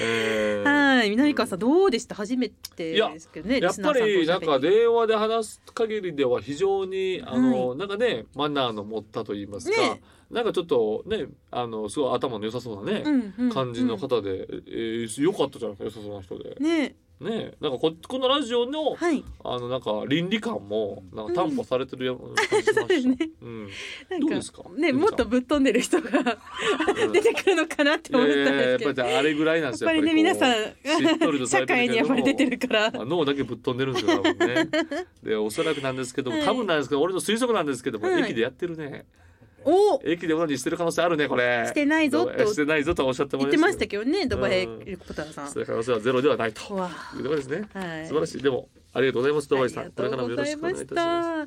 [SPEAKER 1] えー
[SPEAKER 3] はい南川さんどうでした初めてですけどね
[SPEAKER 1] やっぱりなんか
[SPEAKER 3] で
[SPEAKER 1] 電話で話す限りでは非常にあの、なんかねマナーの持ったと言いますか、
[SPEAKER 3] ね
[SPEAKER 1] なんかちょっとねあのすごい頭の良さそうなね、感じの方で、えー良かったじゃないですか良さそうな人で。
[SPEAKER 3] ね
[SPEAKER 1] ねなんかここのラジオの
[SPEAKER 3] はい
[SPEAKER 1] あのなんか倫理観もなんか担保されてるような感じしま
[SPEAKER 3] そうで
[SPEAKER 1] し
[SPEAKER 3] す
[SPEAKER 1] た。
[SPEAKER 3] ね
[SPEAKER 1] うん、
[SPEAKER 3] なん
[SPEAKER 1] どうですか
[SPEAKER 3] ねもっとぶっ飛んでる人が
[SPEAKER 1] うん
[SPEAKER 3] 出てくるのかなって思ったん
[SPEAKER 1] いやいや
[SPEAKER 3] で
[SPEAKER 1] や
[SPEAKER 3] すけ
[SPEAKER 1] っぱり
[SPEAKER 3] ど
[SPEAKER 1] じゃああれぐらい
[SPEAKER 3] や
[SPEAKER 1] なんで
[SPEAKER 3] っ
[SPEAKER 1] すよ。
[SPEAKER 3] ぱりね皆さ
[SPEAKER 1] ん。しっとりと
[SPEAKER 3] ん
[SPEAKER 1] され
[SPEAKER 3] 社
[SPEAKER 1] てるけども
[SPEAKER 3] 会にやっぱり出てるから
[SPEAKER 1] まあ脳だけぶっ飛んでるんですよ多分ね。でおそらくなんですけども、
[SPEAKER 3] はい
[SPEAKER 1] 多分なんですけど俺の推測なんですけども、
[SPEAKER 3] はい
[SPEAKER 1] 駅でやってるね。
[SPEAKER 3] お
[SPEAKER 1] 駅でオナニーしてる可能性あるねこれ。
[SPEAKER 3] してないぞと
[SPEAKER 1] してないぞとおっしゃっても
[SPEAKER 3] 言っ
[SPEAKER 1] らい
[SPEAKER 3] てま
[SPEAKER 1] ま
[SPEAKER 3] し
[SPEAKER 1] した
[SPEAKER 3] た
[SPEAKER 1] け
[SPEAKER 3] けどねドバイヘリコプターさ
[SPEAKER 1] ど。
[SPEAKER 3] ん
[SPEAKER 1] そういう可能性はゼロではないと。
[SPEAKER 3] わ
[SPEAKER 1] いうところですね。
[SPEAKER 3] はい
[SPEAKER 1] 素晴らしい。でもありがとうございます。ドバイ
[SPEAKER 3] あ
[SPEAKER 1] さん。
[SPEAKER 3] り
[SPEAKER 1] これ
[SPEAKER 3] が
[SPEAKER 1] か
[SPEAKER 3] と
[SPEAKER 1] らも
[SPEAKER 3] う
[SPEAKER 1] よ
[SPEAKER 3] ご
[SPEAKER 1] ろ
[SPEAKER 3] ざい
[SPEAKER 1] しくお願
[SPEAKER 3] ま
[SPEAKER 1] いいた
[SPEAKER 3] し
[SPEAKER 1] します。
[SPEAKER 3] た。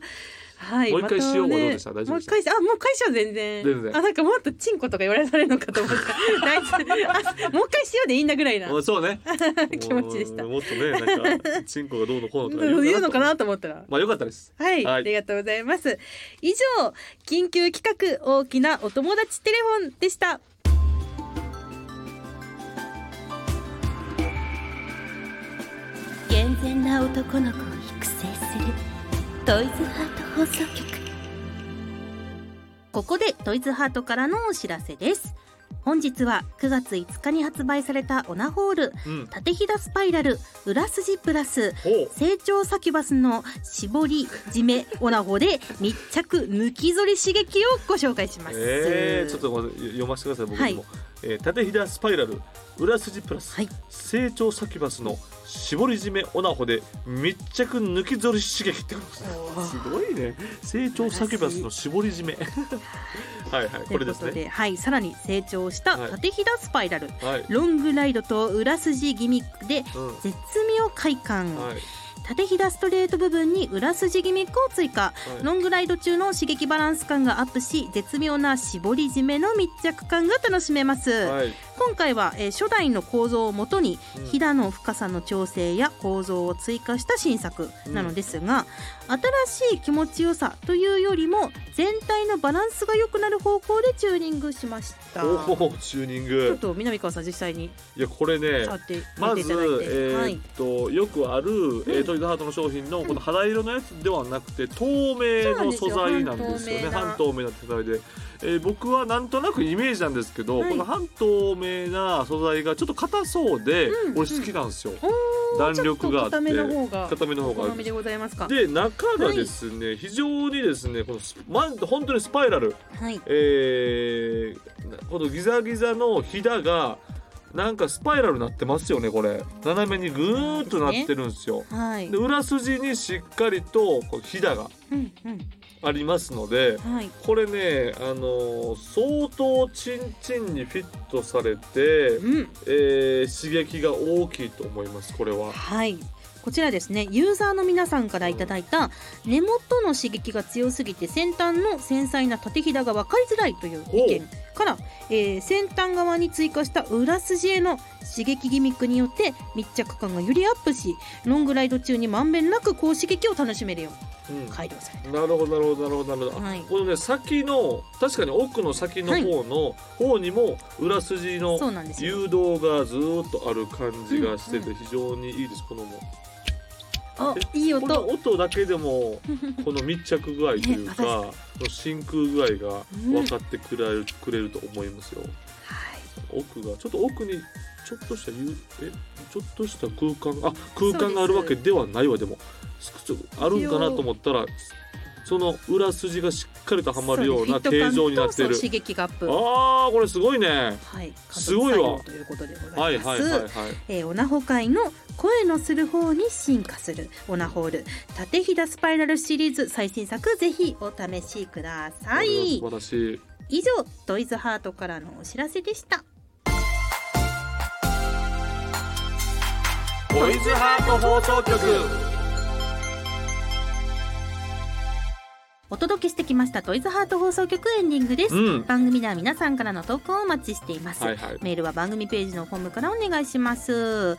[SPEAKER 3] はい、
[SPEAKER 1] もう一回
[SPEAKER 3] また
[SPEAKER 1] しようはどうでした大丈夫
[SPEAKER 3] もう
[SPEAKER 1] です
[SPEAKER 3] 一
[SPEAKER 1] か
[SPEAKER 3] 回し、あ、もう一回しよう全然。
[SPEAKER 1] 全然
[SPEAKER 3] あ、なんかもっとチンコとか言われされるのかと思った。大丈夫。あ、もう一回しようでいいんだぐらいな。
[SPEAKER 1] もうそうね。
[SPEAKER 3] <laughs> 気持ちでした
[SPEAKER 1] もうもっとね、なん
[SPEAKER 3] <laughs>
[SPEAKER 1] か、チンコがどうのこうのとか
[SPEAKER 3] 言うのか
[SPEAKER 1] と
[SPEAKER 3] なと思ったら。
[SPEAKER 1] まあ、よかったです。
[SPEAKER 3] はい、
[SPEAKER 1] はい
[SPEAKER 3] ありがとうございます。以上、緊急企画大きなお友達テレフォンでした。
[SPEAKER 2] 健全な男の子を育成するトイズハート放送局ここでトイズハートからのお知らせです本日は9月5日に発売されたオナホール
[SPEAKER 1] うん。
[SPEAKER 2] 縦ひだスパイラル裏筋プラス
[SPEAKER 1] ほう。
[SPEAKER 2] 成長サキュバスの絞り締めオナホで密着抜き反り刺激をご紹介します、
[SPEAKER 1] えー、ちょっとごめんなさい読ませてください、僕にも。えー縦ひだスパイラル、裏筋プラス、
[SPEAKER 2] はい
[SPEAKER 1] 成長サキュバスの絞り締めオナホで密着抜き反り刺激ってことですねすごいね。成長サキュバスの絞り締め。はいはい、
[SPEAKER 2] とい
[SPEAKER 1] これ
[SPEAKER 2] う
[SPEAKER 1] で
[SPEAKER 2] こ
[SPEAKER 1] す
[SPEAKER 2] とで
[SPEAKER 1] ね。
[SPEAKER 2] はいさらに成長した
[SPEAKER 1] はい
[SPEAKER 2] 縦ひだスパイラル、
[SPEAKER 1] はい。
[SPEAKER 2] ロングライドと裏筋ギミックで
[SPEAKER 1] うん。
[SPEAKER 2] 絶妙快感、
[SPEAKER 1] はい。
[SPEAKER 2] 縦ひだストレート部分に裏筋ギミックを追加、
[SPEAKER 1] はい
[SPEAKER 2] ロングライド中の刺激バランス感がアップし絶妙な絞り締めの密着感が楽しめます、
[SPEAKER 1] はい。
[SPEAKER 2] 今回は、えー初代の構造をもとに
[SPEAKER 1] うん
[SPEAKER 2] ひだの深さの調整や構造を追加した新作なのですが、新しい気持ちよさというよりも全体のバランスが良くなる方向でチューニングしました
[SPEAKER 1] お
[SPEAKER 2] ち
[SPEAKER 1] お、チューニン
[SPEAKER 2] ょっ
[SPEAKER 1] グ。
[SPEAKER 2] と南川さん実際に
[SPEAKER 1] いや、これね。
[SPEAKER 2] 触って
[SPEAKER 1] ま
[SPEAKER 2] みて
[SPEAKER 1] ず、え
[SPEAKER 2] いただいて、はい
[SPEAKER 1] ーっとよくある、えートイズハートの商品のこの肌色のやつではなくて透明の素材なんですよね
[SPEAKER 3] そうなんですよ
[SPEAKER 1] 半透明な素材でえー僕はなんとなくイメージなんですけど、
[SPEAKER 2] はい
[SPEAKER 1] この半透明な素材がちょっと硬そうで、
[SPEAKER 2] うん
[SPEAKER 1] 俺好きなんですよ、
[SPEAKER 2] おー
[SPEAKER 1] 弾力があって
[SPEAKER 2] ちょっと固めの方が
[SPEAKER 1] 固めの方が
[SPEAKER 2] お好みでございますか
[SPEAKER 1] で中がですね、非常にですねこのスま本当にスパイラル、
[SPEAKER 2] はい
[SPEAKER 1] えーこのギザギザのひだがなんかスパイラルになってますよねこれ斜めにぐーっとなってるんですよ
[SPEAKER 2] はい
[SPEAKER 1] で裏筋にしっかりとこうひだが
[SPEAKER 2] うんうん
[SPEAKER 1] ありますので
[SPEAKER 2] はい
[SPEAKER 1] これね、あのー相当チンチンにフィットされて、
[SPEAKER 2] うん
[SPEAKER 1] えー刺激が大きいと思いますこれは。
[SPEAKER 2] はいこちらですねユーザーの皆さんからいただいた根元の刺激が強すぎて先端の繊細な縦ひだが分かりづらいという意見から、えー先端側に追加した裏筋への刺激ギミックによって密着感がよりアップしロングライド中にまんべんなく高刺激を楽しめるよう
[SPEAKER 1] うん
[SPEAKER 2] 改良され
[SPEAKER 1] なるほどなるほどなるほどなるほど、
[SPEAKER 2] はい
[SPEAKER 1] このね先の確かに奥の先の方の、方にも裏筋
[SPEAKER 2] た
[SPEAKER 1] の
[SPEAKER 2] そうなんですよ
[SPEAKER 1] 誘導がずーっとある感じがしてて非常にいいですこのも
[SPEAKER 3] あいい
[SPEAKER 1] この
[SPEAKER 3] 音
[SPEAKER 1] 音だけでもこの密着具合というか、
[SPEAKER 2] ね
[SPEAKER 1] この真空具合が分かってくれる,、くれると思いますよ奥がちょっと奥にちょっとしたゆえちょっとした空間あ空間があるわけではないわでもすちょあるんかなと思ったらその裏筋がしっかりとはまるような
[SPEAKER 2] そです
[SPEAKER 1] 形状になって
[SPEAKER 2] フィット感と
[SPEAKER 1] る
[SPEAKER 2] そう刺激がアップ
[SPEAKER 1] あーこれすごいね
[SPEAKER 2] はい
[SPEAKER 1] すごいわ
[SPEAKER 2] 加藤作業ということでござ
[SPEAKER 1] はいい
[SPEAKER 2] ます、
[SPEAKER 1] はいはいはい
[SPEAKER 2] えーオナホ界の声のする方に進化するオナホール縦ひだスパイラルシリーズ最新作ぜひお試しください
[SPEAKER 1] これは素晴らしい
[SPEAKER 2] 以上トイズハートからのお知らせでした
[SPEAKER 1] ボイズハート放送局
[SPEAKER 2] お届けしてきましたトイズハート放送局エンディングです、
[SPEAKER 1] うん
[SPEAKER 2] 番組では皆さんからの投稿をお待ちしています、
[SPEAKER 1] はいはい
[SPEAKER 2] メールは番組ページのフォームからお願いします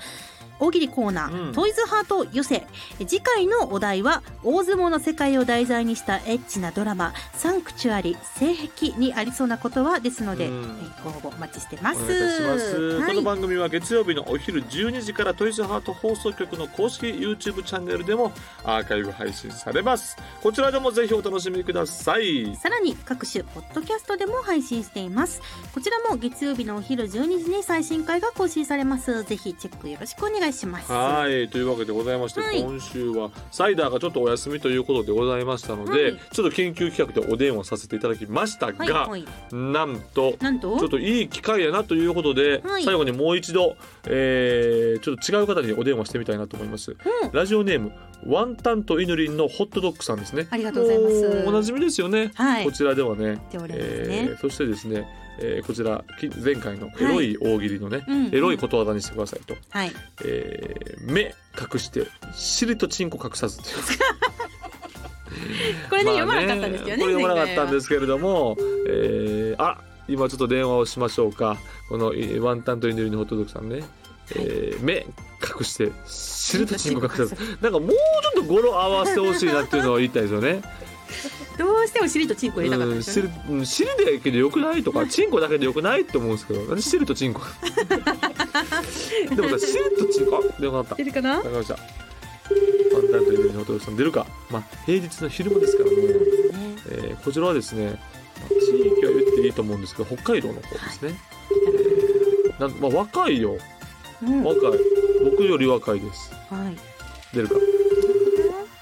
[SPEAKER 2] 大喜利コーナー、
[SPEAKER 1] うん
[SPEAKER 2] トイズハート寄せ次回のお題は大相撲の世界を題材にしたエッチなドラマサンクチュアリ性癖にありそうなことはですので、
[SPEAKER 1] うん
[SPEAKER 2] えーご応募お待ちしてま
[SPEAKER 1] お
[SPEAKER 2] す
[SPEAKER 1] 願いいたします、
[SPEAKER 2] は
[SPEAKER 1] この
[SPEAKER 2] い
[SPEAKER 1] 番組は月曜日のお昼12時からトイズハート放送局の公式 YouTube チャンネルでもアーカイブ配信されますこちらでもぜひお楽しみください
[SPEAKER 2] さらに各種ポッドキャストでも配信していますこちらも月曜日のお昼12時に最新回が更新されますぜひチェックよろしくお願いします
[SPEAKER 1] はいというわけでございまして、
[SPEAKER 2] はい
[SPEAKER 1] 今週はサイダーがちょっとお休みということでございましたので、
[SPEAKER 2] はい
[SPEAKER 1] ちょっと緊急企画でお電話させていただきました
[SPEAKER 2] はい、
[SPEAKER 1] が、
[SPEAKER 2] はい、
[SPEAKER 1] なんと
[SPEAKER 2] なんと
[SPEAKER 1] ちょっといい機会やなということで、
[SPEAKER 2] はい
[SPEAKER 1] 最後にもう一度、えーちょっと違う方にお電話してみたいなと思います、ラジオネームワンタンとイヌリンのホットドッグさんですね
[SPEAKER 2] ありがとうございます
[SPEAKER 1] もうおなじみですよね、
[SPEAKER 2] はい
[SPEAKER 1] こちらではね
[SPEAKER 2] 常連ですね
[SPEAKER 1] ーそしてですね、えーこちらき前回のエロい大喜利のね、
[SPEAKER 2] うん
[SPEAKER 1] エロいことわざにしてくださいと、
[SPEAKER 2] はい
[SPEAKER 1] えー目隠して尻とチンコ隠さずという
[SPEAKER 3] これね読
[SPEAKER 1] ま
[SPEAKER 3] ま
[SPEAKER 1] あ
[SPEAKER 3] なかったんですよね
[SPEAKER 1] これ読まなかったんですすけれども、えー、あ今ちょっと電話をしましょうかこのいワンタンとインドリのホットドッグさんね、えー目隠して汁とチンコ隠さずなんかもうちょっと語呂合わせてほしいなっていうのを言いたいです
[SPEAKER 3] <laughs>
[SPEAKER 1] よね。
[SPEAKER 3] どうしてもしりとチンコ入れたかった
[SPEAKER 1] うんん
[SPEAKER 3] ですよ
[SPEAKER 1] 汁
[SPEAKER 3] ね
[SPEAKER 1] うん汁だけでよくな
[SPEAKER 3] <laughs>
[SPEAKER 1] いとかチンコだけでよくないって思うんですけどなんで汁とチンコでもさ汁とチンコあでよかった
[SPEAKER 3] 出るかな
[SPEAKER 1] わかりました。ワンタンとインドリのホットドッグさん出るか、まあ、平日の昼間ですからね。えーこちらはですね、まあ地域は言っていいと思うんですけど、北海道の方ですね。えーなんまあ、若いよ、
[SPEAKER 2] うん
[SPEAKER 1] 若い。僕より若いです。
[SPEAKER 2] はい
[SPEAKER 1] 出るか。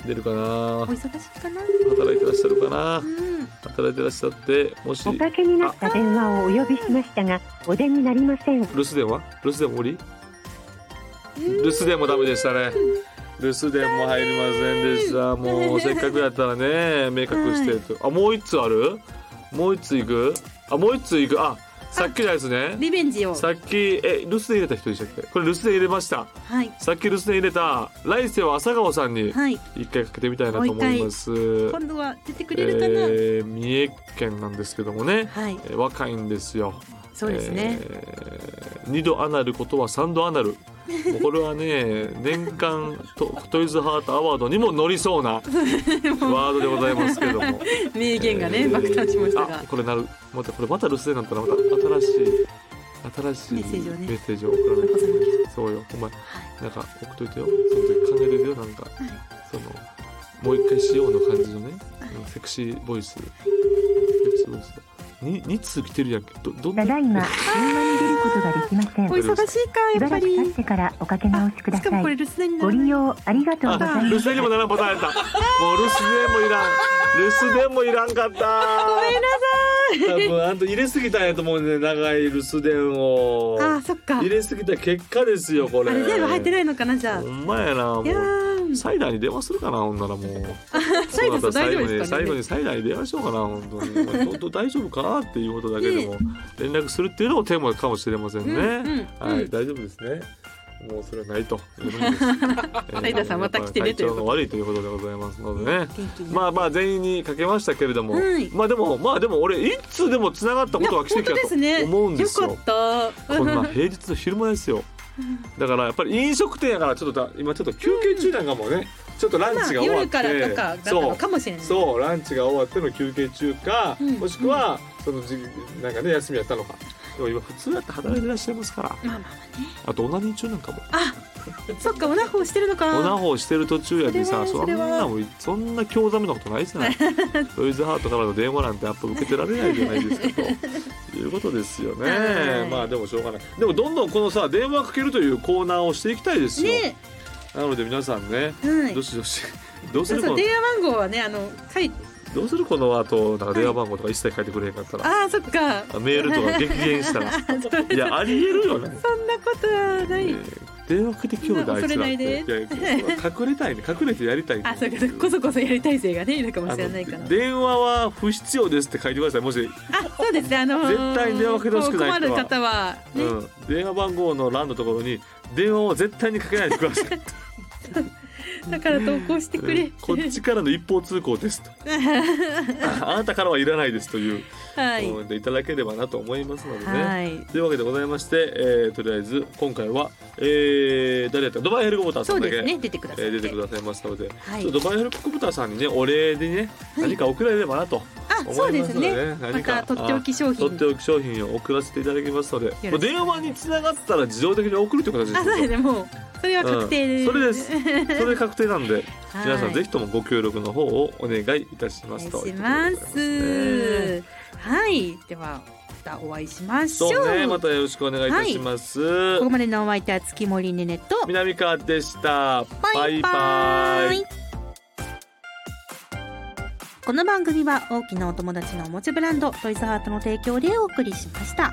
[SPEAKER 1] 出るかな
[SPEAKER 2] お忙しいかな
[SPEAKER 1] 働いてらっしゃるかな
[SPEAKER 2] うん
[SPEAKER 1] 働いてらっしゃって、もし、
[SPEAKER 4] おかけになった電話をお呼びしましたが、お出になりません。
[SPEAKER 1] 留守電は留守電も無理留守電もダメでしたね。留守電も入りませんでした。もう、せっかくやったらね、明確してと。あ、もう一つあるもう一つ行くあ、もう一つ行くあ、さっきのやつね。
[SPEAKER 2] リベンジを
[SPEAKER 1] さっきえ留守電入れた人でしたっけこれ留守電入れました
[SPEAKER 2] はい
[SPEAKER 1] さっき留守電入れた来世は朝顔さんに
[SPEAKER 2] はい
[SPEAKER 1] 一回かけてみたいなと思います
[SPEAKER 2] 今度は出てくれるかな、
[SPEAKER 1] えー三重県なんですけどもね、
[SPEAKER 2] はい
[SPEAKER 1] えー若いんですよ
[SPEAKER 2] そうですね、
[SPEAKER 1] えー二度アナルことは三度アナルもうこれは
[SPEAKER 2] <laughs>
[SPEAKER 1] ね年間トトイズハートアワードにも乗りそう
[SPEAKER 2] <laughs>
[SPEAKER 1] なワードでございますけども
[SPEAKER 3] 名言がね
[SPEAKER 1] えー
[SPEAKER 3] 爆誕しました
[SPEAKER 1] あ
[SPEAKER 3] が
[SPEAKER 1] これなるまたこれまた留守電になったらまた新しい新しい
[SPEAKER 2] メッセージをね
[SPEAKER 1] メッセージを送らないとそうよお前なんか送っといてよその時考えててよなんか、そのもう一回しようの感じのね、セクシーボイスセクシーボイスに2通来てるやんけどどんな
[SPEAKER 4] ただいま、電話に出ることができません。
[SPEAKER 2] お
[SPEAKER 1] い
[SPEAKER 4] し
[SPEAKER 2] 忙しいかや
[SPEAKER 4] ば
[SPEAKER 2] っぱ
[SPEAKER 4] らく経っ
[SPEAKER 2] り
[SPEAKER 4] てからおかけ直しくだ
[SPEAKER 2] しか
[SPEAKER 4] さ
[SPEAKER 2] もこれ
[SPEAKER 4] い。
[SPEAKER 2] 留守電にな
[SPEAKER 4] ご
[SPEAKER 2] らな
[SPEAKER 4] 利
[SPEAKER 2] い
[SPEAKER 4] 用ありがとうござい
[SPEAKER 1] あ
[SPEAKER 4] ます。
[SPEAKER 1] 留守電にもならんパターンやったもう留守電もいらん留守電もいらんかったごめんなさい多分あんた入れすぎたんやと思うね長い留守電を
[SPEAKER 2] あーそっか
[SPEAKER 1] 入れすぎた結果ですよこれ
[SPEAKER 2] あれ全部入ってないのかなじゃあ
[SPEAKER 1] ほんまやなも
[SPEAKER 2] いや
[SPEAKER 1] う
[SPEAKER 2] ー
[SPEAKER 1] サイダーに電話するかなほんならもう
[SPEAKER 2] <laughs> サイダーさん大丈夫ですか
[SPEAKER 1] 最後
[SPEAKER 2] ね
[SPEAKER 1] に最後にサイダーに電話しようかな本当にまあ本当大丈夫かなっていうことだけでも連絡するっていうのもテーマかもしれませんね、
[SPEAKER 2] うんうん
[SPEAKER 1] はい大丈夫ですねもうそれはない
[SPEAKER 2] <laughs>
[SPEAKER 1] ということです、えー
[SPEAKER 2] サイダーさんまた来てねというこ
[SPEAKER 1] 体調
[SPEAKER 2] と
[SPEAKER 1] が悪いということでございますのでね
[SPEAKER 2] 元気に
[SPEAKER 1] まあまあ全員にかけましたけれども、
[SPEAKER 2] はい
[SPEAKER 1] まあでもまあでも俺いつでもつながったことは奇跡だと思うんですよ
[SPEAKER 2] よかった
[SPEAKER 1] こんな平日の昼間ですよだからやっぱり飲食店やからちょっとだ今ちょっと休憩中なんかもね、ちょっとランチが終わっ
[SPEAKER 2] 夜
[SPEAKER 1] て、
[SPEAKER 2] からとかだった
[SPEAKER 1] そう
[SPEAKER 2] のかもしれない
[SPEAKER 1] そうランチが終わっての休憩中か、
[SPEAKER 2] うん
[SPEAKER 1] もしくはそのじなんかね休みやったのかでも今普通だって働いてらっしゃいますから
[SPEAKER 2] まあま
[SPEAKER 1] あとオナニー中なんかも
[SPEAKER 2] あそっかオナホしてるのか
[SPEAKER 1] オナホーしてる途中やでさそ
[SPEAKER 2] そ
[SPEAKER 1] ん
[SPEAKER 2] れは
[SPEAKER 1] なもんそんな興ざめなことないじ
[SPEAKER 2] <laughs>
[SPEAKER 1] ゃないロイズハートからの電話なんてやっぱ受けてられないじゃないですか
[SPEAKER 2] <laughs>
[SPEAKER 1] ということですよ
[SPEAKER 2] は
[SPEAKER 1] ね
[SPEAKER 2] い
[SPEAKER 1] まあでもしょうがないでもどんどんこのさ電話かけるというコーナーをしていきたいですよ、
[SPEAKER 2] ね
[SPEAKER 1] なので皆さんね
[SPEAKER 2] はい
[SPEAKER 1] どしどしどうす
[SPEAKER 2] そう
[SPEAKER 1] る
[SPEAKER 2] そ
[SPEAKER 1] この
[SPEAKER 2] う電話番号はねあの書い
[SPEAKER 1] どうするこの後なんか電話番号とか一切書いてくれへんかったら
[SPEAKER 2] あーそっか
[SPEAKER 1] メールとか激減した
[SPEAKER 2] <laughs>
[SPEAKER 1] らいやありえるよね
[SPEAKER 2] そんなことはな
[SPEAKER 1] え
[SPEAKER 2] い
[SPEAKER 1] ー電話かけて今日だあいつらっていやいや隠れたいね隠れてやりたいね
[SPEAKER 2] あそうかこそこそやりたい勢がねいるかも
[SPEAKER 1] あ
[SPEAKER 2] しれないから
[SPEAKER 1] の電話は不必要ですって書いてくださいもし、
[SPEAKER 2] あそうですねあのー
[SPEAKER 1] 絶対に電話かけてほしくない人は
[SPEAKER 2] こう困る方はね
[SPEAKER 1] うん、電話番号の欄のところに電話は絶対にかけないでくだ
[SPEAKER 2] <laughs>
[SPEAKER 1] さい
[SPEAKER 2] だから投稿してく
[SPEAKER 1] う
[SPEAKER 2] れ
[SPEAKER 1] んこっちからの一方通行です
[SPEAKER 2] <laughs>
[SPEAKER 1] とああなたからはいらないですという
[SPEAKER 2] はい
[SPEAKER 1] コメントいただければなと思いますのでね、
[SPEAKER 2] はい
[SPEAKER 1] というわけでございまして、えーとりあえず今回は、えー誰やったドバイヘルコボターさ
[SPEAKER 2] そ
[SPEAKER 1] んだ
[SPEAKER 2] う
[SPEAKER 1] け、
[SPEAKER 2] ですね出てくださ
[SPEAKER 1] え
[SPEAKER 2] い
[SPEAKER 1] ー出てくださいましたので、
[SPEAKER 2] はい
[SPEAKER 1] ちょっとドバイヘルコボターさんにねお礼でね、何か送られればなと
[SPEAKER 2] あ
[SPEAKER 1] 思
[SPEAKER 2] そう
[SPEAKER 1] い
[SPEAKER 2] で
[SPEAKER 1] ます
[SPEAKER 2] す
[SPEAKER 1] ので
[SPEAKER 2] ね
[SPEAKER 1] ね
[SPEAKER 2] ま
[SPEAKER 1] 何か
[SPEAKER 2] たとっておき商
[SPEAKER 1] とっ
[SPEAKER 2] 品
[SPEAKER 1] ておき商品を送らせていただきますので、
[SPEAKER 2] ろしく
[SPEAKER 1] もう電話に繋がったら自動的に送るという形です
[SPEAKER 2] あそう
[SPEAKER 1] よ
[SPEAKER 2] ですねもうそれは確定
[SPEAKER 1] う
[SPEAKER 2] で
[SPEAKER 1] ん
[SPEAKER 2] す
[SPEAKER 1] それですそれ確定なんで
[SPEAKER 2] <laughs> はい
[SPEAKER 1] 皆さんぜひともご協力の方をお願いいたし
[SPEAKER 2] お
[SPEAKER 1] ま
[SPEAKER 2] 願
[SPEAKER 1] す
[SPEAKER 2] い
[SPEAKER 1] と
[SPEAKER 2] し
[SPEAKER 1] いうこと
[SPEAKER 2] ま
[SPEAKER 1] でございますね
[SPEAKER 2] すはいではまたお会いしましょ
[SPEAKER 1] そうねま
[SPEAKER 2] う
[SPEAKER 1] たよろしくお願いいたします、
[SPEAKER 2] ここまでのお相手は月森ねねと
[SPEAKER 1] 南川でした
[SPEAKER 2] バイバイこの番組は大きなお友達のおもちゃブランドトイズハートの提供でお送りしました。